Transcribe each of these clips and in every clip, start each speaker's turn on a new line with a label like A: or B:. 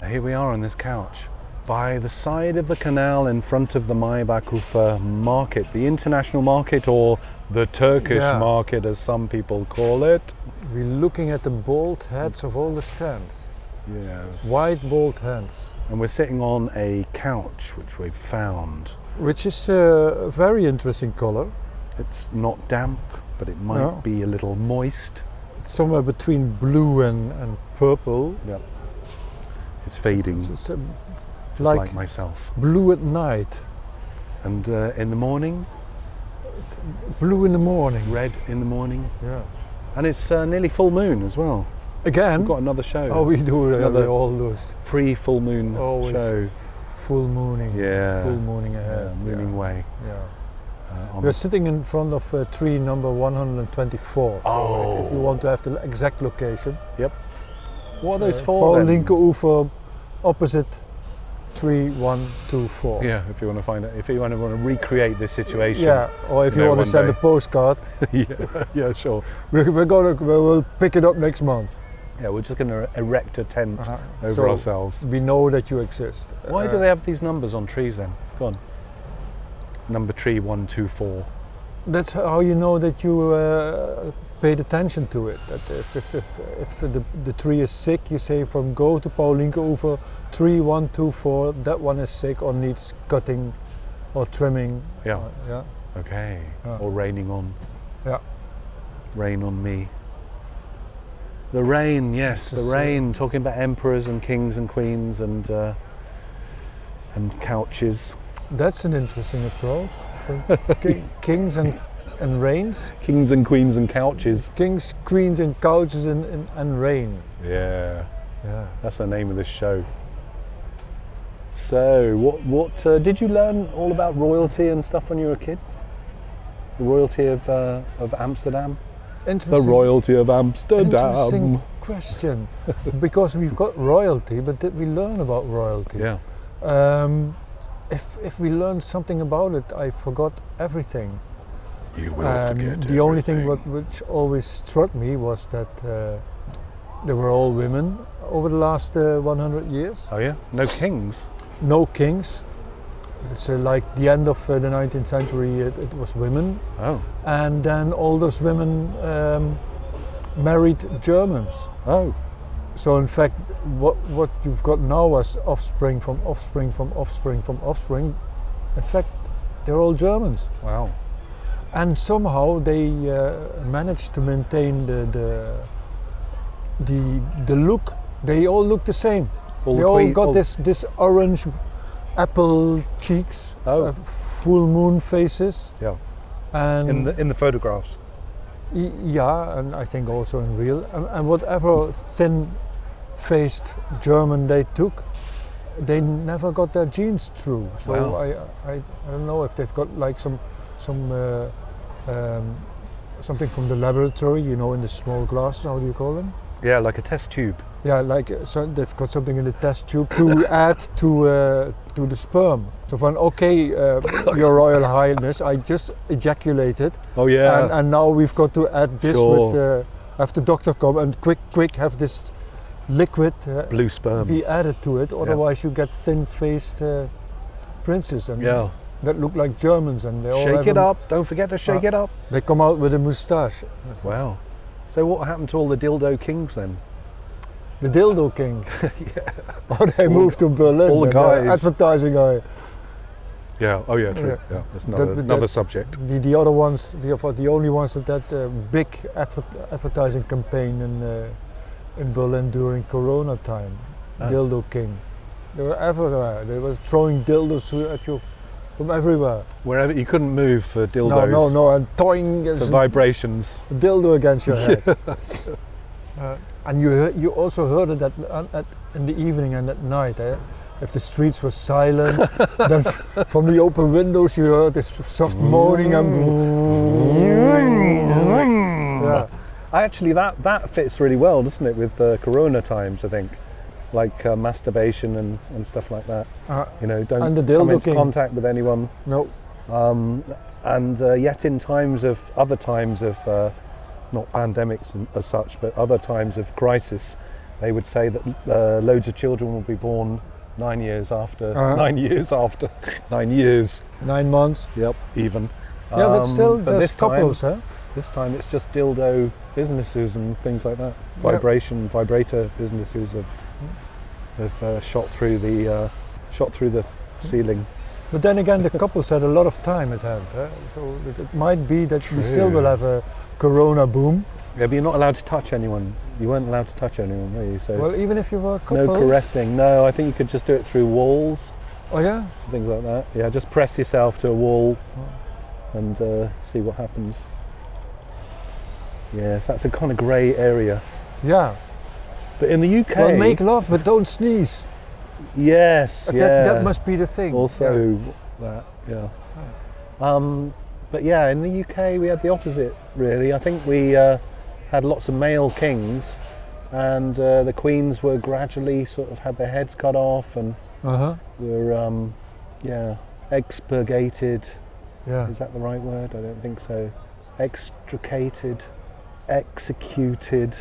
A: So here we are on this couch by the side of the canal in front of the Maybakufa market, the international market or the Turkish
B: Yeah.
A: market as some people call it.
B: We're looking at the bald heads of all the stands.
A: Yes.
B: White bald heads.
A: And we're sitting on a couch which we've found.
B: Which is uh, a very interesting color.
A: It's not damp, but it might
B: No.
A: be a little moist.
B: It's somewhere between blue and, and purple.
A: Yep. It's fading,
B: It's,
A: just
B: it's, um,
A: like,
B: like,
A: myself.
B: blue at night,
A: And uh, in the morning,
B: blue in the morning.
A: red in the morning.
B: Yeah.
A: And it's uh, nearly full moon as well.
B: Again,
A: We've got another show.
B: oh, we do uh,
A: Another-
B: we all those
A: pre full moon
B: Always.
A: show.
B: full mooning.
A: Yeah.
B: Full mooning
A: Yeah,
B: ahead.
A: Mooning Way.
B: yeah. yeah.
A: uh, on
B: We're sitting in front of uh, tree number 124. So if, if you
A: Oh.
B: want to have the exact location,
A: What are those
B: Uh,
A: for?
B: Paul
A: then?
B: Linkeroever, opposite 3124.
A: Yeah, if you want to find out, if you want to, want to recreate this situation.
B: Yeah, or if you
A: There
B: want
A: one
B: to send
A: day.
B: a postcard,
A: yeah, yeah, sure.
B: we're, we're gonna we will pick it up next month.
A: Yeah, we're just going to erect a tent
B: Uh-huh.
A: over
B: So-
A: ourselves.
B: We know that you exist.
A: Why do
B: Uh,
A: they have these numbers on trees then? Go on. Number tree one two four.
B: That's how you know that you uh, paid attention to it. That if, if, if, if the, the tree is sick, you say from go to Paulinke over tree one two four. That one is sick or needs cutting or trimming.
A: Yeah.
B: Uh, yeah.
A: Okay.
B: Yeah.
A: Or raining on.
B: Yeah.
A: Rain on me. The rain, yes, the
B: Just, uh,
A: rain. Talking about emperors and kings and queens and uh, and couches.
B: That's an interesting approach. I think. Ki- Kings and and rains.
A: Kings and queens and couches.
B: Kings, queens, and couches and, and, and rain.
A: Yeah.
B: Yeah.
A: That's the name of this show. So, what what uh, did you learn all about royalty and stuff when you were a kid? The royalty of uh, of Amsterdam. The
B: Interesting.
A: royalty of
B: Interesting
A: Amsterdam.
B: question, because we've got royalty, but did we learn about royalty?
A: Yeah.
B: Um, if, if we learn something about it, I forgot everything.
A: You
B: And Um, the only thing what, which always struck me was that uh, they were all women over the last uh, 100 years.
A: Oh yeah. No kings.
B: No kings. So, like the end of uh, the 19th century, it, it was women.
A: Oh.
B: And then all those women um, married Germans.
A: Oh.
B: So in fact, what what you've got now as offspring from offspring from offspring from offspring, in fact, they're all Germans,
A: Wow.
B: and somehow they uh, managed to maintain the the the the look. They all look the same.
A: All
B: they
A: the
B: all
A: queen-
B: got
A: all-
B: this this orange apple cheeks,
A: Oh.
B: uh, full moon faces,
A: Yeah.
B: and
A: In the in the photographs.
B: Y- Yeah, and I think also in real and, and whatever thin-faced German they took, they never got their genes through. So
A: Wow.
B: I, I I don't know if they've got like some some uh, um, something from the laboratory, you know, in the small glass. How do you call them?
A: Yeah, like a test tube.
B: Yeah, like uh, so they've got something in the test tube to add to uh, to the sperm. So van okay, uh, your Royal Highness, I just ejaculated
A: Oh yeah.
B: and, uh, and now we've got to add this
A: Sure.
B: with uh, have the doctor come and quick quick have this liquid uh,
A: Blue sperm.
B: be added to it otherwise you get thin faced uh, princes and
A: yeah.
B: that look like Germans and they all have
A: Shake it
B: a-
A: up. Don't forget to shake
B: Uh,
A: it up.
B: they come out with a moustache
A: Wow. So what happened to all the dildo kings then?
B: the dildo king oh they moved to Berlin
A: all the
B: and they're
A: guys.
B: advertising guy
A: Yeah. Oh yeah.
B: true.
A: Yeah. That's
B: another- That- that- another
A: subject.
B: the, the other ones the, of- the only ones that that uh, big adver- advertising campaign in uh, in Berlin during Corona time
A: Ah.
B: dildo king they were everywhere they were throwing dildos to- at you from everywhere
A: Wherever you couldn't move for dildos.
B: no no no and toying
A: For
B: as a
A: vibrations.
B: dildo against your head Uh, and you hear- you also heard it at, at, in the evening and at night eh? if the streets were silent then f- from the open windows you heard this soft moaning
A: Mm.
B: and yeah.
A: I actually that that fits really well, doesn't it, with uh, Corona times? I think, like uh, masturbation and, and stuff like that.
B: Uh,
A: You know, don't
B: And the dildo
A: come into
B: king.
A: contact with anyone.
B: no,
A: Um, and uh, yet, in times of other times of uh, not pandemics and- as such, but other times of crisis, they would say that uh, loads of children will be born nine years after,
B: Uh-huh.
A: nine years after, nine years.
B: Nine months.
A: Yep, even.
B: Yeah, but
A: Um,
B: still,
A: but
B: there's couples,
A: Time, this time it's just dildo businesses and things like that.
B: Yeah.
A: Vibration, vibrator businesses have have uh, shot through the uh, shot through the
B: Hmm.
A: ceiling.
B: huh? But then again, the couples had a lot of time at hand, huh? so it, it might be that we still
A: True.
B: will have a corona boom.
A: Yeah, but you're not allowed to touch anyone. You weren't allowed to touch anyone, were you? So
B: Well, even if you were a
A: no
B: couple.
A: caressing. No, I think you could just do it through walls,
B: Oh yeah.
A: things like that. Yeah, just press yourself to a wall and uh, see what happens. Yes, that's a kind of grey area.
B: Yeah.
A: But in the UK,
B: Well, make love, but don't sneeze.
A: yes, yeah.
B: That, that must be the thing. Yeah.
A: also that yeah um, but yeah in the uk we had the opposite really i think we uh, had lots of male kings and uh, the queens were gradually sort of had their heads cut off and
B: Uh-huh.
A: were um, yeah expurgated
B: Yeah.
A: is that the right word i don't think so extricated executed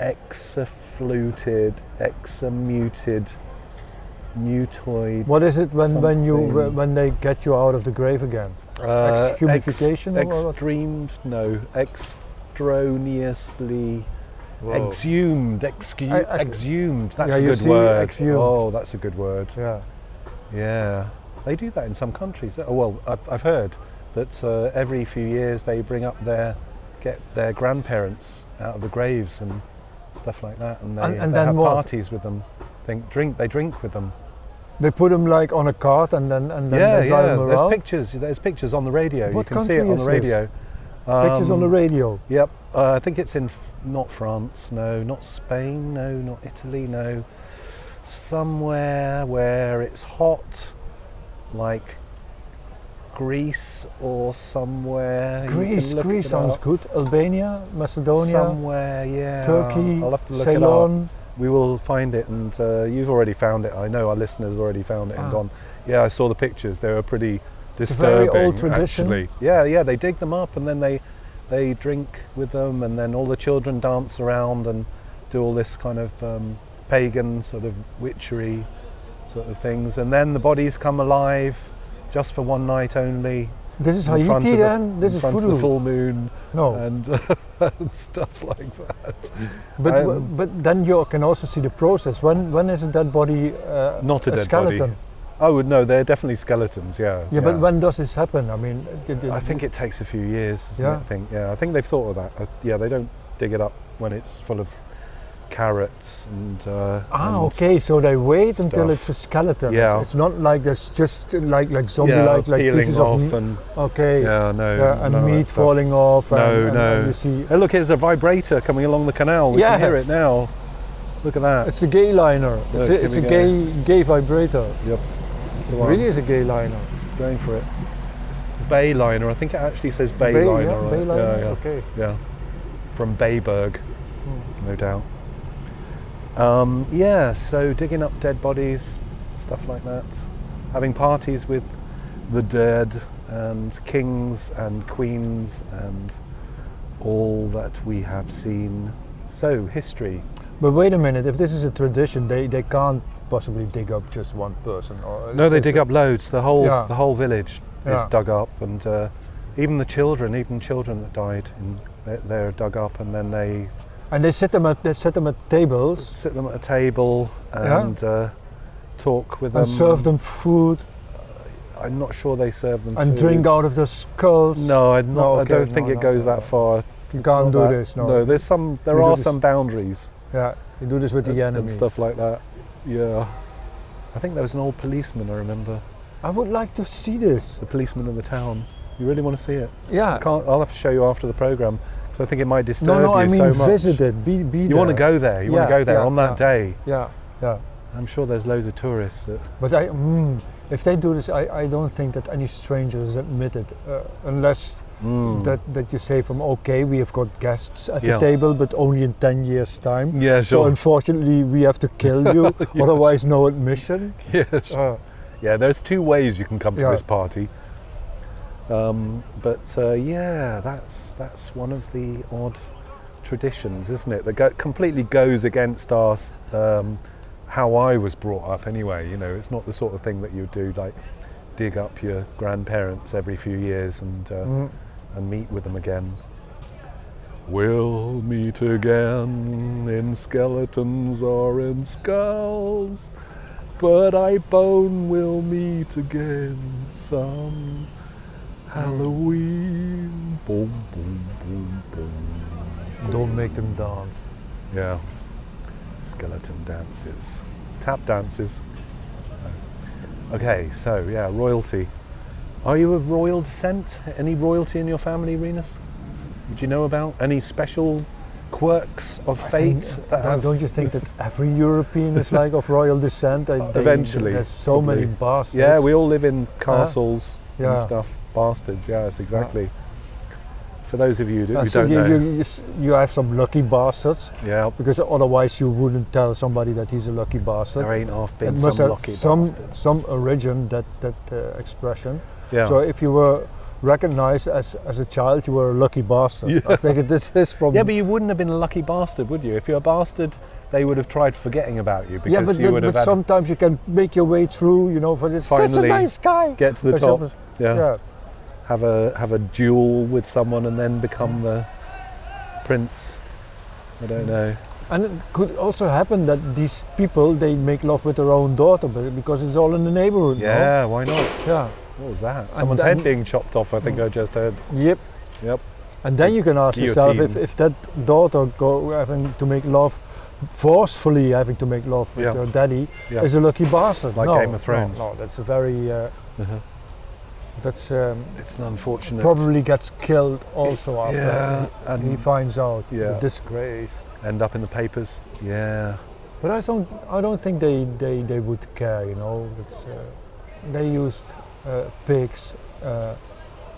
A: exafluted examuted mutoid
B: What is it when, when you
A: Something.
B: when they get you out of the grave again?
A: Uh,
B: Exhumification
A: ex-
B: or what?
A: extremed, no, extroniously exhumed, excu-
B: I- I-
A: exhumed. That's
B: Yeah,
A: a
B: you
A: good
B: see,
A: word.
B: exhumed.
A: Oh, that's a good word.
B: Yeah.
A: Yeah, they do that in some countries. Oh, well, I've, I've heard that uh, every few years they bring up their get their grandparents out of the graves and stuff like that, and they,
B: And- and
A: they
B: then
A: have
B: what?
A: parties with them. Think drink, they drink with them.
B: They put them like on a cart and then and then
A: yeah,
B: they drive
A: yeah.
B: them
A: There's
B: around.
A: pictures. There's pictures on the radio.
B: What
A: you can see it
B: country
A: on
B: is
A: the
B: this?
A: radio.
B: Pictures on the
A: Um,
B: radio.
A: Yep, uh, I think it's in F- not France, no, not Spain, no, not Italy, no. Somewhere where it's hot, like Greece or somewhere. you can
B: Greece,
A: look
B: Greece
A: it
B: sounds
A: up.
B: good. Albania, Macedonia,
A: Somewhere, yeah.
B: Turkey,
A: I'll have to look it up.
B: Ceylon.
A: We will find it, and uh, you've already found it. I know our listeners already found it
B: Ah.
A: and gone. Yeah, I saw the pictures. They were pretty
B: a
A: disturbing.
B: very old tradition.
A: Actually. Yeah, yeah. They dig them up and then they they drink with them, and then all the children dance around and do all this kind of um, pagan sort of witchery sort of things, and then the bodies come alive just for one night only.
B: This is
A: in front
B: Haiti
A: of the-
B: then. This
A: in
B: is Oh.
A: front of the
B: voodoo.
A: full Uh, moon
B: No,
A: and, and stuff like that.
B: but w-
A: um,
B: but then you can also see the process. When when is it that body uh,
A: Not a dead body.
B: skeleton?
A: Oh no, they're definitely skeletons. Yeah.
B: Yeah, but when does this happen? I mean, it- it-
A: I think it takes a few years. Doesn't
B: Yeah.
A: It, I think. Yeah. I think they've thought of that. Uh, yeah. They don't dig it up when it's full of carrots and. Uh,
B: Ah,
A: and-
B: okay. So they wait until
A: stuff.
B: it's a skeleton.
A: Yeah.
B: It's- It's not like there's just like like zombie
A: Yeah,
B: like like
A: peeling
B: pieces
A: off
B: of meat.
A: and
B: Okay.
A: yeah, no,
B: Yeah, and
A: none of that
B: meat
A: stuff.
B: falling off. And,
A: No,
B: and-
A: no.
B: and you see,
A: Hey, look, here's a vibrator coming along the canal. We can
B: Yeah.
A: hear it now. Look at that.
B: it's a gay liner. It's
A: Look,
B: a,
A: Oh, here
B: it's
A: we
B: a
A: go.
B: gay gay vibrator.
A: yep. It's the
B: It
A: one.
B: really is a gay liner.
A: Going for it. Bay liner. I think it actually says bay,
B: Bay-
A: liner.
B: yeah,
A: on
B: bay
A: it.
B: liner.
A: Yeah, yeah.
B: Okay.
A: Yeah, from Bayberg, no doubt. Um, yeah, so digging up dead bodies, stuff like that, having parties with the dead and kings and queens and all that we have seen. So history.
B: But wait a minute. If this is a tradition, they they can't possibly dig up just one person. Or
A: No, they
B: it's-
A: dig up loads. The whole
B: Yeah.
A: the whole village
B: Yeah.
A: is dug up, and uh, even the children, even children that died, in, they're, they're dug up, and then they
B: And they set them at they set them at tables
A: sit them at a table
B: Yeah.
A: and uh, talk with them.
B: and serve them food
A: I'm not sure they serve them.
B: and
A: food.
B: drink out of their skulls.
A: No, i
B: No,
A: not,
B: okay,
A: I don't think
B: no,
A: it
B: no,
A: goes
B: no,
A: that
B: no.
A: far.
B: you
A: It's
B: can't
A: not
B: do
A: that-
B: this. No.
A: no, there's some. There
B: You do
A: are
B: this
A: some boundaries
B: Yeah, you do this with
A: and,
B: the
A: and
B: enemy.
A: stuff like that. Yeah, I think there was an old policeman. I remember
B: I would like to see this.
A: the policeman in the town. You really want to see it?
B: Yeah.
A: I can't. I'll have to show you after the program because I think it might disturb
B: Uh, no, no,
A: you
B: I mean
A: so much.
B: visit it. Be, be
A: You want to go there. You want to
B: Yeah,
A: go there
B: yeah,
A: on that
B: yeah.
A: day.
B: Yeah, yeah.
A: I'm sure there's loads of tourists that.
B: But I, mm, if they do this, I, I don't think that any stranger is admitted uh, unless
A: mm.
B: that, that you say from okay, we have got guests at
A: Yeah.
B: the table, but only in ten years' time.
A: Yeah,
B: So
A: sure.
B: unfortunately, we have to kill you. Otherwise, no admission.
A: yeah, sure.
B: Uh,
A: Yeah, there's two ways you can come to
B: Yeah.
A: this party. Um, but uh, yeah, that's that's one of the odd traditions, isn't it? That go, completely goes against our s- um, how I was brought up. Anyway, you know, it's not the sort of thing that you do like dig up your grandparents every few years and uh,
B: Mm.
A: and meet with them again. We'll meet again in skeletons or in skulls, but I bone will meet again some Halloween. Boom, boom, boom, boom.
B: Don't make them dance.
A: Yeah. Skeleton dances. Tap dances. Okay, so yeah, royalty. Are you of royal descent? Any royalty in your family, Renus? Would you know about any special quirks of
B: I
A: fate?
B: think-
A: that
B: don't-
A: have-
B: don't you think that every European is like of royal descent? I, they-
A: Eventually,
B: there's so many
A: probably.
B: bastards.
A: Yeah, we all live in castles
B: Yeah.
A: and stuff. Bastards, yes, exactly. For those of you who,
B: Uh,
A: who
B: so
A: don't
B: you,
A: know,
B: you, you s- you have some lucky bastards
A: yeah,
B: because otherwise you wouldn't tell somebody that he's a lucky bastard.
A: there ain't half
B: it
A: been
B: must
A: some
B: have
A: lucky
B: some
A: bastards.
B: some origin that that uh, expression.
A: Yeah.
B: So if you were recognized as, as a child, you were a lucky bastard.
A: Yeah.
B: I think this is from
A: Yeah, but you wouldn't have been a lucky bastard, would you? If you're a bastard, they would have tried forgetting about you because
B: yeah, but,
A: you would have
B: but
A: had
B: sometimes you can make your way through. You know, for this such a
A: Finally
B: nice guy.
A: get to the
B: But
A: top.
B: some-
A: Yeah,
B: yeah.
A: have a have a duel with someone and then become the prince. I don't know.
B: And it could also happen that these people they make love with their own daughter be- because it's all in the neighborhood. no?
A: Yeah, why not?
B: Yeah.
A: What was that? Someone's head
B: then-
A: being chopped off. I think I just heard.
B: Yep.
A: Yep.
B: And then you can ask yourself if,
A: Guillotine.
B: if that daughter go having to make love forcefully having to make love with
A: Yeah.
B: her daddy
A: Yeah.
B: is a lucky bastard.
A: Like
B: no,
A: Game of Thrones.
B: No, no, that's a very uh,
A: Uh-huh.
B: that's um,
A: It's an unfortunate.
B: probably gets killed also after
A: Yeah, and
B: he finds out
A: yeah.
B: the disgrace.
A: end up in the papers. Yeah.
B: But I don't, I don't think they, they, they would care, you know. It's, uh, they used uh, pigs uh,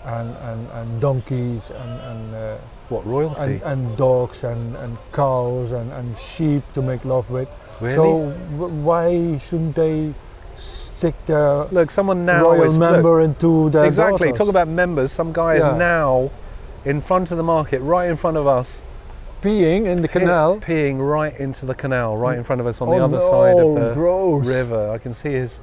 B: and, and, and donkeys and, and, uh,
A: What royalty?
B: and, and dogs and, and cows and, and sheep to make love with.
A: really?
B: So w- why shouldn't they stick their
A: look, someone now
B: royal
A: is look,
B: member into their
A: Exactly.
B: daughters?
A: Talk about members. Some guy
B: Yeah.
A: is now in front of the market, right in front of us,
B: peeing in the
A: pe-
B: canal
A: peeing right into the canal, right in front of us on, the
B: Oh
A: other
B: no,
A: side of the
B: gross.
A: river. I can see his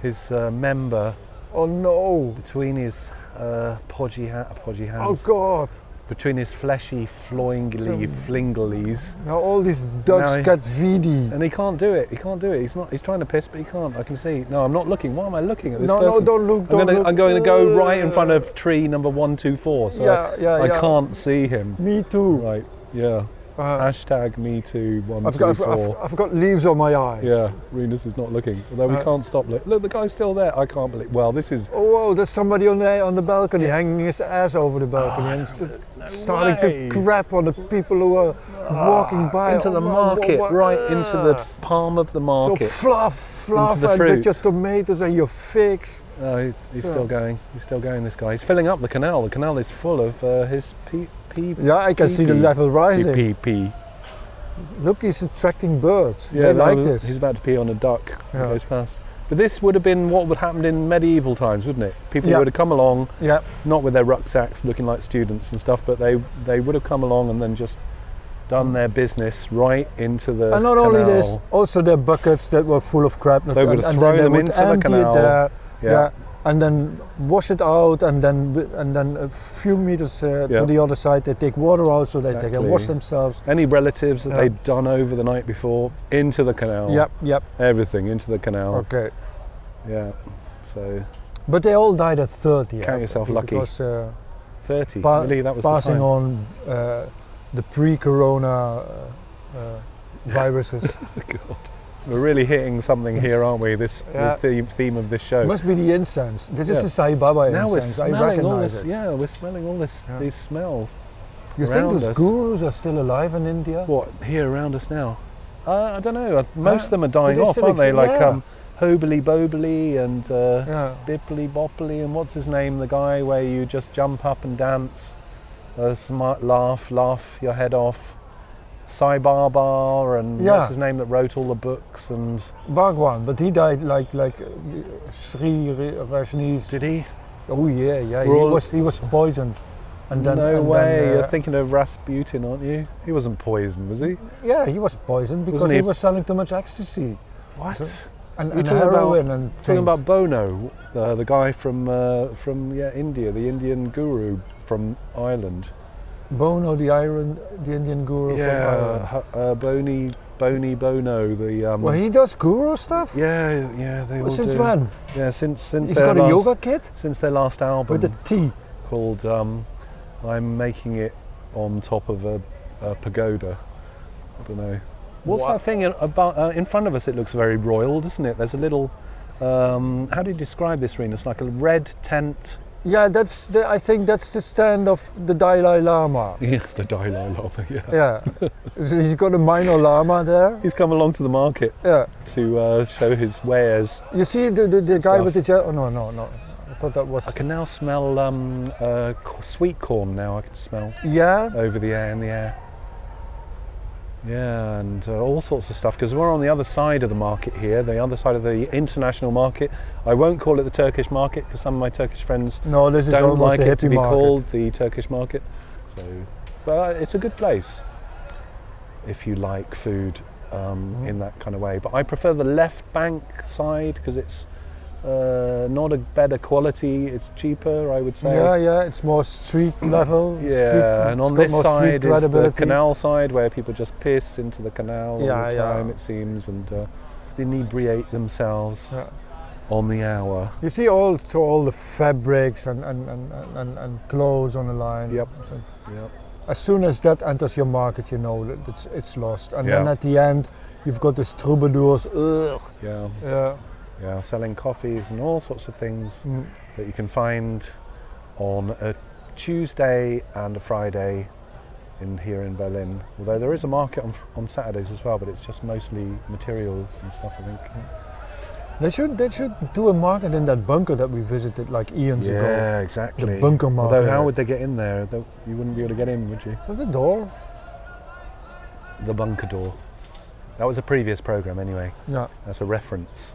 A: his uh, member
B: Oh no!
A: between his uh, podgy ha- podgy
B: Oh
A: hands,
B: God!
A: between his fleshy floingly
B: Some-
A: flinglies,
B: Now all these ducks
A: I-
B: got VD.
A: and he can't do it. He can't do it. He's not. He's trying to piss, but he can't. I can see. No, I'm not looking. Why am I looking at this
B: No, no,
A: person?
B: don't look!
A: I'm,
B: Don't
A: gonna,
B: look.
A: I'm going to go right in
B: Uh,
A: front of tree number one two four. So
B: yeah, yeah,
A: I,
B: yeah.
A: I can't see him.
B: Me too.
A: Right. Yeah.
B: Uh,
A: Hashtag me too one
B: I've, got, I've, I've, I've got leaves on my eyes.
A: Yeah, Renus is not looking. Although we
B: Uh,
A: can't stop look. Look, the guy's still there. I can't believe. Well, this is
B: Oh, whoa, there's somebody on the, on the balcony hanging his ass over the balcony and st- starting
A: Ah, way. Ah,
B: to grab on the people who are walking by.
A: into the
B: Oh, wow, wow,
A: market,
B: wow.
A: right into the
B: Ah.
A: palm of the
B: So
A: market.
B: fluff, fluff,
A: the
B: and with
A: fruit.
B: your tomatoes and your figs.
A: No, Oh, he, he's
B: So-
A: still going. He's still going. This guy. He's filling up the canal. The canal is full of uh, his pee pee
B: Yeah, I can see the
A: Pee-pee.
B: level rising.
A: pee pee.
B: Look, he's attracting birds.
A: Yeah,
B: they
A: no,
B: like
A: He's
B: this.
A: about to pee on a duck. as he
B: Yeah.
A: goes past. But this would have been what would happened in medieval times, wouldn't it? People
B: Yeah.
A: would have come along,
B: Yeah,
A: not with their rucksacks looking like students and stuff, but they, they would have come along and then just done their business right into the
B: and not only this,
A: canal.
B: also their buckets that were full of crap.
A: They would
B: and,
A: have
B: and
A: thrown
B: then they
A: them
B: would
A: into the
B: empty
A: canal.
B: it there.
A: Yeah.
B: Yeah. And then wash it out, and then wi- and then a few meters uh,
A: Yeah.
B: to the other side, they take water out so that they can wash
A: Exactly.
B: themselves.
A: Any relatives that
B: Yeah.
A: they'd done over the night before into the canal.
B: Yep, yep.
A: Everything into the canal.
B: Okay.
A: Yeah. So
B: But they all died at 30.
A: Count yourself
B: be-
A: lucky.
B: Because uh,
A: 30.
B: Pa-
A: really, that was the
B: passing
A: time.
B: on uh, the pre-corona uh, uh, viruses
A: God. We're really hitting something here, aren't we? This
B: Yeah.
A: the theme, theme of this show.
B: must be the incense. This is
A: Oh. Yeah.
B: the Sai Baba
A: now we're
B: incense. I
A: smelling all
B: recognize
A: this.
B: it.
A: Yeah, we're smelling all this.
B: Yeah.
A: These smells.
B: You think
A: around
B: those
A: us.
B: gurus are still alive in India?
A: What here around us now? Uh, I don't know. Most
B: Uh,
A: of them are dying
B: do they
A: off,
B: still
A: aren't they?
B: exist?
A: Like
B: Yeah.
A: um, Hobly Bobly and uh,
B: Yeah.
A: Bibbly Bobbly and what's his name? The guy where you just jump up and dance, uh, smart, laugh, laugh your head off. Sai Baba and
B: Yeah.
A: what's his name that wrote all the books and
B: Bhagwan, but he died like like uh, Sri Rajneesh.
A: did he?
B: Oh yeah, yeah.
A: We're
B: He
A: all-
B: was he was poisoned. And then,
A: no
B: and then,
A: way.
B: uh,
A: You're thinking of Rasputin, aren't you? He wasn't poisoned, was he?
B: yeah, he was poisoned because
A: Wasn't
B: he?
A: he-
B: was selling too much ecstasy
A: What?
B: So- and,
A: You're
B: and
A: talking about-
B: heroin and
A: Talking
B: things.
A: about Bono, uh, the guy from uh, from yeah India, the Indian guru from Ireland.
B: Bono, the Iron, the Indian guru. from Ireland.
A: uh, uh, Bony Bony Bono, the um,
B: Well, he does guru stuff.
A: yeah yeah they all
B: Since
A: do.
B: when?
A: yeah since since
B: He's
A: their
B: got a
A: last,
B: yoga kit
A: since their last album
B: with a T.
A: called um, I'm making it on top of a, a pagoda. I don't know. What's
B: Wha-
A: that thing in- about uh, in front of us? It looks very royal, doesn't it? There's a little. Um, how do you describe this, Rena? It's like a red tent.
B: Yeah, that's. The, I think that's the stand of the Dalai Lama.
A: Yeah, the Dalai Lama. Yeah.
B: Yeah, So he's got a minor lama there.
A: He's come along to the market
B: Yeah,
A: to uh, show his wares.
B: you see the the, the guy
A: Stuff.
B: with the jet. Oh no, no, no. I thought that was.
A: I can now smell um, uh, c- sweet corn. Now I can smell
B: Yeah,
A: over the air in the air. Yeah, and uh, all sorts of stuff because we're on the other side of the market here, the other side of the international market. I won't call it the Turkish market because some of my Turkish friends
B: no, this is
A: don't
B: almost
A: like
B: a
A: it to
B: hippie
A: be
B: market.
A: called the Turkish market. So, but it's a good place if you like food um,
B: Mhm.
A: in that kind of way. But I prefer the left bank side because it's uh, not a better quality. It's cheaper, I would say.
B: Yeah, yeah, it's more street level.
A: Yeah,
B: street,
A: and
B: it's
A: on
B: got
A: this
B: more street
A: side is the
B: credibility.
A: canal side where people just piss into the canal
B: Yeah,
A: all the
B: yeah.
A: time, it seems, and uh, inebriate themselves
B: Yeah.
A: on the hour.
B: You see all so all the fabrics and and, and, and, and clothes on the line.
A: Yep.
B: So
A: Yep.
B: as soon as that enters your market, you know that it's it's lost. And then
A: Yeah.
B: at the end, you've got these troubadours. Ugh.
A: Yeah,
B: Yeah.
A: yeah, selling coffees and all sorts of things
B: Mm.
A: that you can find on a Tuesday and a Friday in here in Berlin. Although there is a market on, on Saturdays as well, but it's just mostly materials and stuff, I think.
B: They should they should do a market in that bunker that we visited like eons ago.
A: Yeah, exactly.
B: The bunker
A: Although,
B: market.
A: how would they get in there? They- You wouldn't be able to get in, would you?
B: Is that a door?
A: The bunker door. That was a previous program, anyway.
B: Yeah.
A: That's a reference.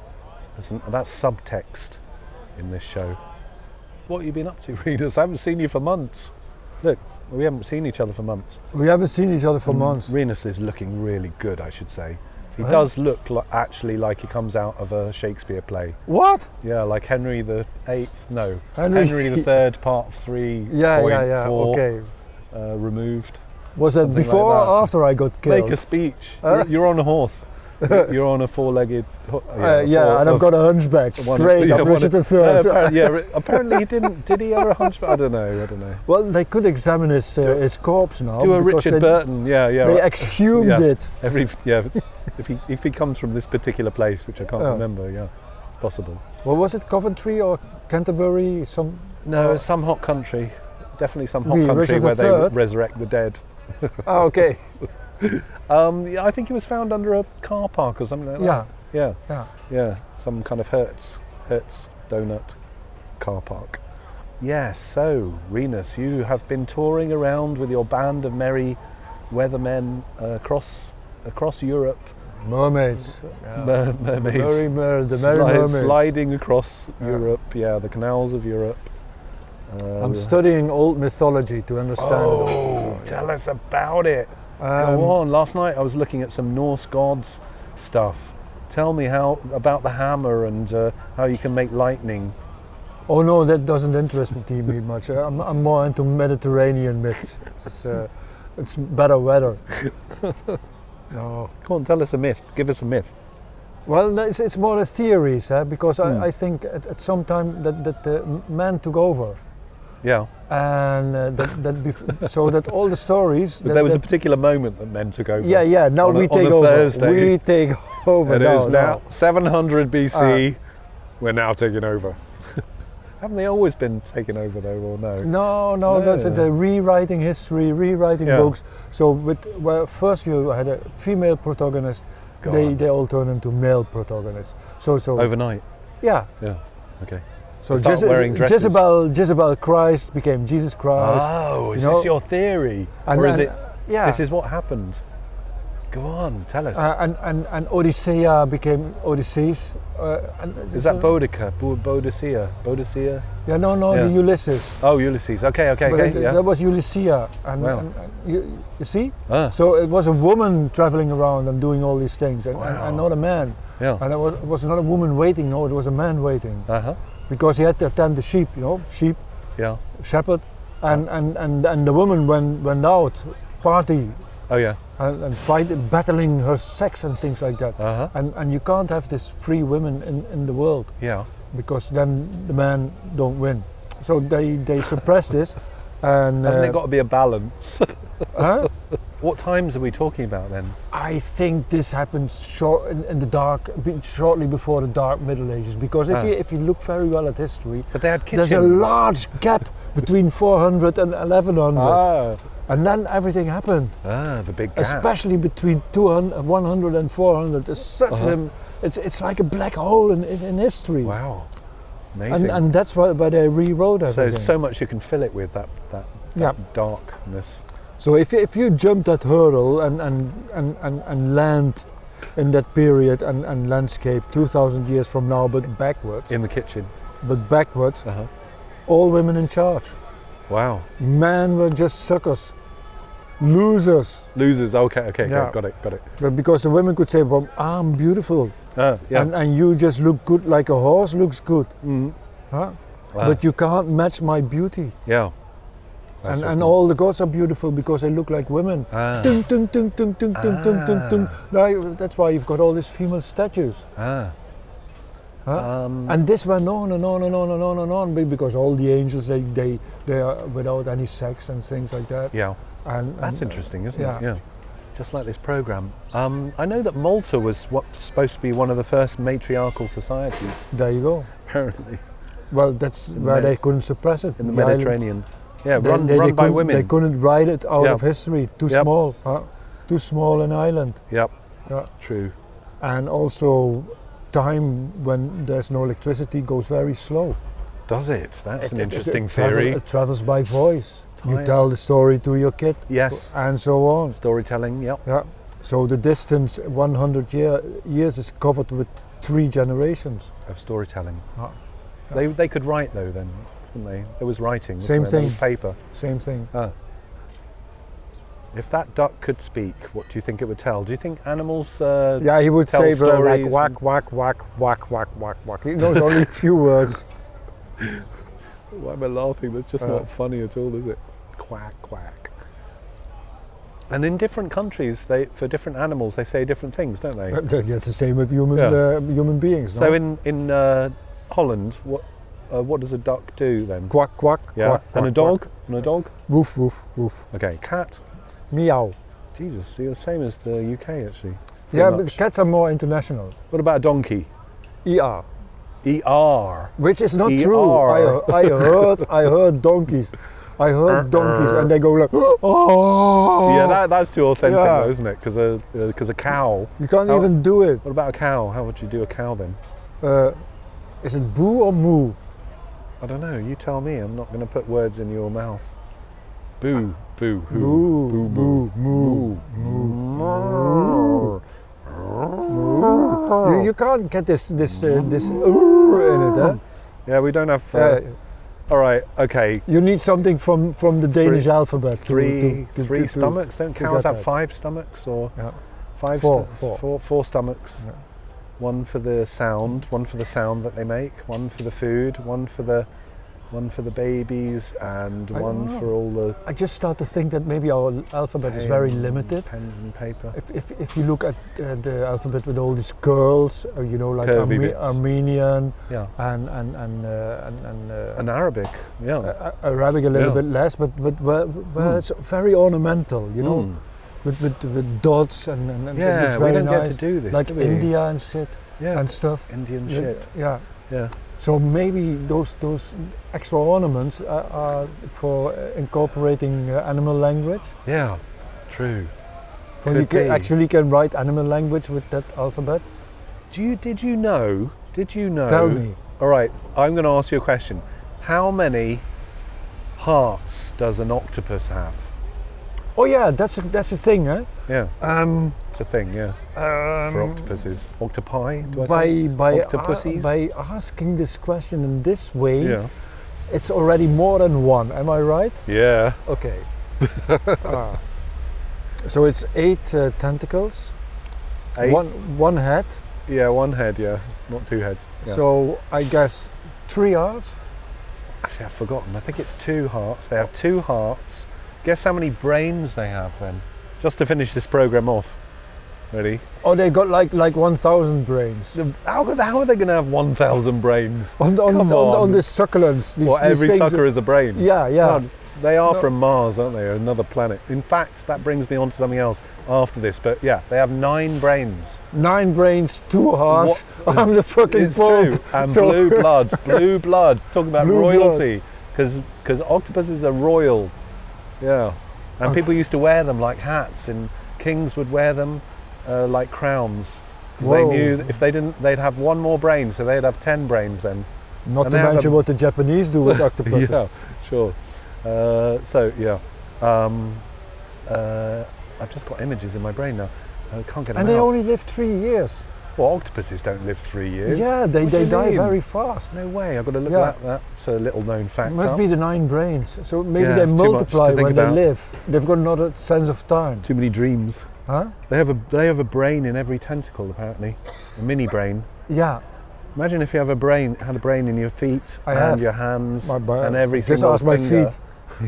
A: That's, an, that's subtext in this show. What have you been up to, readers? I haven't seen you for months. Look, we haven't seen each other for months.
B: We haven't seen each other
A: Mm.
B: for months.
A: Renus is looking really good, I should say. He
B: Huh?
A: does look li- actually like he comes out of a Shakespeare play.
B: What?
A: Yeah, like Henry the Eighth. No,
B: Henry-
A: Henry, the Third, Part Three.
B: Yeah,
A: point
B: yeah, yeah.
A: four,
B: Okay.
A: Uh, removed.
B: Was that
A: Something like
B: before
A: that.
B: or after I got killed?
A: Make a speech.
B: Huh?
A: You're, you're on a horse. You're on a four-legged. ho-
B: Uh, yeah,
A: four-
B: and I've got a hunchback.
A: one-
B: Great,
A: yeah,
B: I'm
A: one-
B: Richard the
A: Uh,
B: Third.
A: appar- yeah, re- apparently he didn't. Did he ever a hunchback? I don't know. I don't know.
B: Well, they could examine his, uh, his corpse now.
A: Do a
B: because
A: Richard
B: they,
A: Burton. Yeah, yeah.
B: They
A: right.
B: exhumed
A: Yeah.
B: it.
A: Every yeah, if he if he comes from this particular place, which I can't
B: Oh.
A: remember. Yeah, it's possible.
B: What was it, Coventry or Canterbury? Some
A: No,
B: Oh.
A: it's some hot country. Definitely some hot
B: Me,
A: country
B: Richard
A: where they
B: III?
A: resurrect the dead.
B: Ah, okay.
A: Um, yeah, I think he was found under a car park or something like that.
B: yeah,
A: Yeah,
B: yeah.
A: yeah, some kind of Hertz, Hertz donut car park. Yes, so Renus, you have been touring around with your band of merry weathermen uh, across across Europe,
B: Mermaids.
A: mer- mermaids,
B: Uh, Merry Uh. mer- the Merry
A: sli-
B: Mermaids.
A: sliding across
B: Yeah.
A: Europe, yeah, the canals of Europe. Uh,
B: I'm studying old mythology to understand
A: Oh,
B: it.
A: tell us about it.
B: Um,
A: Go on. Last night I was looking at some Norse gods stuff. Tell me how about the hammer and uh, how you can make lightning.
B: Oh no, that doesn't interest me me much. Uh, I'm, I'm more into Mediterranean myths. It's, uh, it's better weather. no.
A: Come on, tell us a myth. Give us a myth.
B: Well, no, it's, it's more the theories, eh? because I,
A: Hmm.
B: I think at, at some time that, that the man took over.
A: Yeah,
B: And uh, that, that bef- so that all the stories.
A: but
B: that-
A: there was a
B: that-
A: particular moment that men took over.
B: yeah, yeah, now
A: on a-
B: we
A: on
B: take
A: a
B: over.
A: Thursday.
B: We take over.
A: It
B: now,
A: is now 700 BC.
B: Ah.
A: We're now taking over. Haven't they always been taken over though, or no?
B: No, no, that's it.
A: No.
B: They're rewriting history, rewriting
A: Yeah.
B: books. So with well, first you had a female protagonist.
A: Go
B: They,
A: on.
B: they all turn into male protagonists. So so
A: Overnight.
B: yeah.
A: Yeah. Okay.
B: So
A: They start
B: Jeze-
A: wearing dresses.
B: Jezebel Jezebel Christ became Jesus Christ.
A: Oh, is
B: You know-
A: this your theory,
B: And
A: or is
B: then-
A: it
B: yeah.
A: this is what happened? Go on, tell us.
B: Uh, and, and, and Odyssea became Odysseus. Uh, and
A: Is that
B: so-
A: Boudica? Bo- Boudicca? Boudicca?
B: Yeah, no, no, the
A: Yeah.
B: Ulysses.
A: Oh, Ulysses. Okay, okay,
B: But
A: okay.
B: it-
A: yeah.
B: That was Ulysses. And,
A: Wow.
B: and- and you, you see?
A: Ah,
B: So it was a woman traveling around and doing all these things, and, and, and
A: Wow.
B: not a man.
A: yeah.
B: And it was, it was not a woman waiting, no, it was a man waiting.
A: Uh huh.
B: Because he had to attend the sheep, you know, sheep,
A: Yeah.
B: shepherd. And, and, and, and the woman went, went out, party,
A: Oh, yeah.
B: and, and fight, battling her sex and things like that.
A: Uh huh.
B: And, and you can't have this free women in, in the world
A: Yeah.
B: because then the men don't win. So they, they suppress this. And
A: Hasn't
B: uh,
A: it got to be a balance?
B: huh?
A: what times are we talking about then?
B: I think this happened short in, in the dark, be- shortly before the Dark Middle Ages, because if,
A: Ah.
B: you, if you look very well at history,
A: But they had kitchens.
B: there's a large gap between 400 and 1100,
A: Ah,
B: and then everything happened,
A: ah the big gap.
B: especially between 200, 100 and 400. It's such
A: Uh-huh.
B: an- it's, it's like a black hole in, in, in history,
A: Wow. Amazing.
B: and, and that's why, why they rewrote
A: so
B: everything.
A: there's so much you can fill it with that that,
B: yeah.
A: that darkness.
B: So if, if you jump that hurdle and, and, and, and, and land in that period and, and landscape 2000 years from now, but backwards,
A: In the kitchen.
B: but backwards,
A: Uh-huh.
B: all women in charge.
A: Wow.
B: Men were just suckers, losers.
A: Losers. Okay, okay,
B: Yeah.
A: good, got it, got it.
B: But because the women could say, well, I'm beautiful
A: Ah, yeah.
B: and, and you just look good like a horse looks good.
A: Mm.
B: Huh?
A: Wow.
B: But you can't match my beauty.
A: yeah. That's
B: And,
A: just-
B: and all the gods are beautiful because they look like women.
A: Ah,
B: Tung, tung, tung, tung, tung, tung, tung, tung, tung.
A: Ah.
B: Now, That's why you've got all these female statues.
A: ah.
B: Huh?
A: Um,
B: And this went on and on and on and on and on be- because all the angels they they, they are without any sex and things like that.
A: yeah,
B: And,
A: that's
B: and, uh,
A: interesting, isn't
B: yeah.
A: it? Yeah. Just like this program. Um, I know that Malta was what, supposed to be one of the first matriarchal societies,
B: There you go.
A: apparently,
B: Well, that's
A: the
B: where
A: Med-
B: they couldn't suppress it.
A: in the
B: island.
A: Mediterranean. Yeah,
B: They-
A: run,
B: they,
A: run by
B: they couldn't- They
A: women.
B: couldn't write it out
A: Yeah.
B: of history. Too
A: Yep.
B: small. Huh? Too small an island.
A: Yep.
B: Yeah.
A: True.
B: And also, time when there's no electricity goes very slow.
A: Does it? That's
B: It-
A: an
B: it-
A: interesting
B: it travel-
A: theory.
B: it travels by voice. You
A: Time.
B: tell the story to your kid,
A: yes.
B: and so on.
A: Storytelling. Yep.
B: Yeah. So the distance 100 year, years is covered with three generations.
A: Of storytelling.
B: Ah.
A: They, they could write though then, couldn't they? There was writing. wasn't
B: Same
A: there? There was
B: thing.
A: paper.
B: Same thing.
A: If that duck could speak, what do you think it would tell? Do you think animals? Uh,
B: Yeah, he would
A: Tell
B: say uh, like
A: stories
B: whack, whack, whack, whack, whack, whack, whack. He knows only a few words.
A: Why am I laughing? That's just
B: Uh.
A: not funny at all, is it? Quack quack. And in different countries, they for different animals, they say different things, don't they?
B: But th- That's the same with human
A: Yeah.
B: uh, human beings. No?
A: So in in uh, Holland, what uh, what does a duck do then?
B: quack, quack,
A: yeah,
B: quack,
A: and a
B: quack,
A: dog, and a dog.
B: quack. Woof, woof, woof.
A: Okay, cat.
B: Meow.
A: Jesus, you're the same as the UK actually. Pretty
B: Yeah, but
A: much.
B: cats are more international.
A: What about a donkey?
B: Er,
A: Er.
B: which is not
A: ER.
B: true. I, he- I heard, I heard donkeys. I
A: Uh-uh.
B: heard donkeys, and they go like, oh.
A: Yeah, that, that's too authentic,
B: Yeah.
A: though, isn't it? Because a because a cow.
B: you can't
A: Oh.
B: even do it.
A: What about a cow? How would you do a cow then?
B: Uh, is it boo or moo?
A: I don't know. You tell me. I'm not going to put words in your mouth. Boo, boo, hoo,
B: Boo, boo,
A: moo,
B: moo,
A: moo. Oh.
B: You, you can't get this this
A: Mm-hmm.
B: uh, this ooh in it. Huh?
A: Yeah, we don't have. Uh,
B: Uh,
A: all right. Okay.
B: you need something from from the Danish alphabet. to-
A: Three,
B: to, to,
A: three
B: to- to-
A: stomachs. Don't
B: to
A: cows
B: get
A: have
B: that.
A: five stomachs or
B: Yeah.
A: five?
B: Four,
A: sto-
B: four.
A: four, four stomachs.
B: Yeah.
A: One for the sound. One for the sound that they make. One for the food. One for the, one for the babies, and
B: I don't
A: one
B: know.
A: for all the.
B: I just start to think that maybe our alphabet is very
A: pen-
B: limited.
A: Pens and paper.
B: If, if, if you look at uh, the alphabet with all these curls, uh, you know, like
A: Curvy
B: Arme-
A: bits.
B: Armenian
A: Yeah.
B: and and and uh, and, and, uh,
A: An Arabic. Yeah.
B: uh, Arabic a little
A: Yeah.
B: bit less, but but where, where
A: Mm.
B: it's very ornamental, you know,
A: Mm.
B: with, with with dots and and, and it
A: Yeah,
B: looks
A: we
B: very
A: don't
B: nice.
A: get to do this,
B: like
A: do we?
B: India and shit
A: yeah,
B: and stuff.
A: Indian
B: Yeah,
A: shit.
B: Yeah.
A: Yeah,
B: So maybe those those extra ornaments are, are for incorporating uh, animal language.
A: yeah, true.
B: When you
A: Could
B: can,
A: be.
B: actually can write animal language with that alphabet.
A: Do you did you know? Did you know?
B: Tell me.
A: All right, I'm going to ask you a question. How many hearts does an octopus have?
B: Oh yeah, that's a, that's a thing, huh?
A: Yeah,
B: Um,
A: it's a thing. Yeah, for octopuses, octopi. Do I say?
B: by by a-
A: Octopuses?
B: by asking this question in this way,
A: Yeah,
B: it's already more than one. Am I right?
A: yeah.
B: Okay. Ah. So it's eight uh, tentacles,
A: Eight-
B: one one head.
A: Yeah, one head. Yeah, not two heads. Yeah.
B: So I guess three arms.
A: Actually, I've forgotten. I think it's two hearts. They have two hearts. Guess how many brains they have then? Just to finish this program off. Ready?
B: Oh, they got like like one thousand brains.
A: The- How, how are they going to have 1,000 brains?
B: On the, on,
A: Come
B: on. on,
A: on.
B: the succulents. These,
A: Well,
B: these
A: every
B: things-
A: sucker is a brain.
B: Yeah, yeah.
A: God, they are
B: No.
A: from Mars, aren't they? Or another planet. In fact, that brings me on to something else after this. But yeah, they have nine brains.
B: Nine brains, two hearts. I'm the fucking
A: it's
B: pope.
A: true. And
B: So-
A: blue blood. Blue blood. Talking about
B: Blue blood.
A: royalty. Because octopuses are royal. Yeah. And
B: Um,
A: people used to wear them like hats, and kings would wear them uh, like crowns. Because they
B: Whoa.
A: knew that if they didn't, they'd have one more brain, so they'd have ten brains then.
B: Not
A: And
B: to
A: they have
B: mention
A: a-
B: what the Japanese do with octopuses.
A: Yeah, sure. Uh, so yeah, um, uh, I've just got images in my brain now. I can't get them
B: And they
A: out.
B: only live three years.
A: well, octopuses don't live three years.
B: Yeah, they,
A: What do
B: they
A: you
B: die
A: mean?
B: very fast.
A: No way. I've got to look
B: Yeah.
A: at that. That's a little known fact.
B: Must
A: up.
B: be the nine brains. So maybe
A: Yeah,
B: they
A: it's too much to
B: multiply
A: think
B: when
A: about.
B: they live. They've got another sense of time.
A: too many dreams.
B: Huh?
A: They have a they have a brain in every tentacle apparently, a mini brain.
B: Yeah.
A: Imagine if you have a brain had a brain in your feet
B: I
A: and
B: have.
A: your hands
B: My brain.
A: and every
B: Just
A: single
B: ask my
A: finger.
B: feet.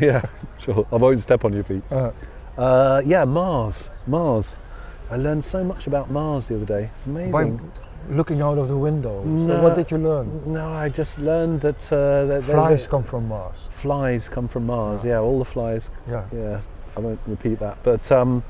A: yeah, sure. I won't step on your feet.
B: Uh,
A: Uh, yeah, Mars. Mars. I learned so much about Mars the other day. It's
B: by
A: amazing.
B: looking out of the window. So
A: No.
B: what did you learn?
A: No, I just learned that, uh, that they-
B: Flies come from Mars.
A: flies come from Mars. Yeah, all the flies.
B: Yeah.
A: Yeah, I won't repeat that. But um,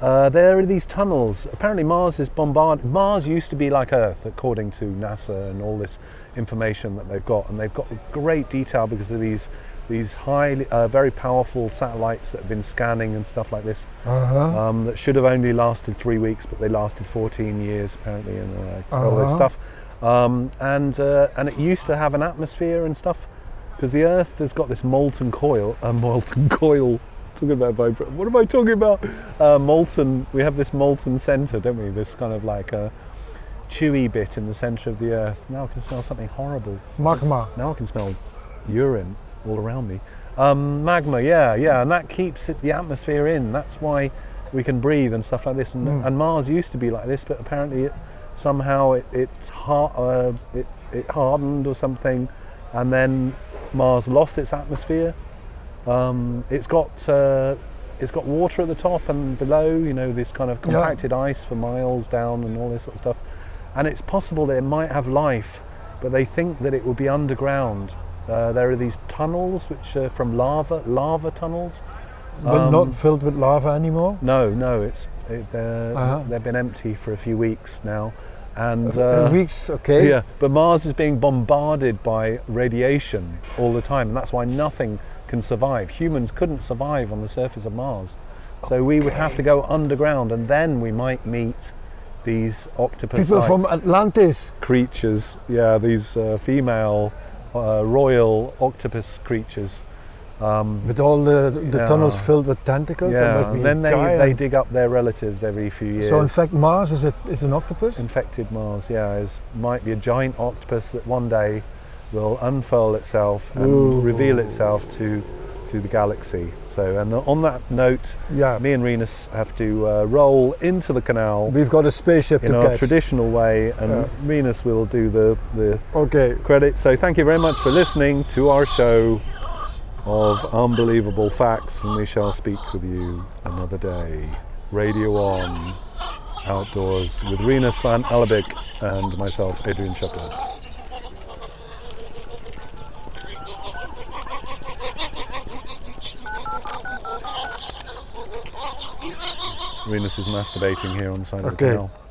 A: uh, there are these tunnels. Apparently, Mars is bombarded. Mars used to be like Earth, according to NASA and all this information that they've got, and they've got great detail because of these these highly, uh, very powerful satellites that have been scanning and stuff like this.
B: Uh-huh.
A: um, that should have only lasted three weeks, but they lasted 14 years apparently, and all, that, all
B: Uh-huh.
A: this stuff. Um, and uh, and it used to have an atmosphere and stuff, because the Earth has got this molten coil, a molten coil. Talking about vibra- What am I talking about? Uh, molten. We have this molten center, don't we? This kind of like a chewy bit in the center of the Earth. Now I can smell something horrible.
B: Magma.
A: Now I can smell urine all around me. Um, magma, yeah, yeah, and that keeps it, the atmosphere in. That's why we can breathe and stuff like this. And, and Mars used to be like this, but apparently it, somehow it it, har- uh, it it hardened or something, and then Mars lost its atmosphere. Um, it's got uh, it's got water at the top and below. You know, this kind of
B: Yeah.
A: compacted ice for miles down and all this sort of stuff. And it's possible that it might have life, but they think that it will be underground. Uh, there are these tunnels which are from lava, lava tunnels.
B: But
A: Um,
B: not filled with lava anymore?
A: No, no, it's it, they're-
B: Uh-huh.
A: they've been empty for a few weeks now, and
B: In
A: uh,
B: weeks, okay.
A: yeah, but Mars is being bombarded by radiation all the time, and that's why nothing can survive. Humans couldn't survive on the surface of Mars, so we would have to go underground, and then we might meet these
B: People
A: octopus-like
B: from Atlantis.
A: creatures. Yeah, these uh, female uh, royal octopus creatures. Um,
B: With all the, the
A: Yeah.
B: tunnels filled with tentacles, that
A: yeah,
B: must be
A: and then they,
B: giant.
A: they dig up their relatives every few years.
B: So in fact, Mars is, a, is an octopus.
A: infected Mars, yeah, is might be a giant octopus that one day will unfurl itself and
B: Ooh.
A: reveal itself to to the galaxy. So, and on that note,
B: Yeah,
A: me and Renus have to uh, roll into the canal
B: we've got a spaceship
A: in
B: to
A: our
B: catch.
A: traditional way, and
B: Yeah.
A: Renus will do the the
B: okay,
A: credits. So, thank you very much for listening to our show of unbelievable facts, and we shall speak with you another day. Radio on. Outdoors with Renus van Alabik and myself, Adrian Shepard. Renus is masturbating here on the side of the
B: Okay.
A: canal.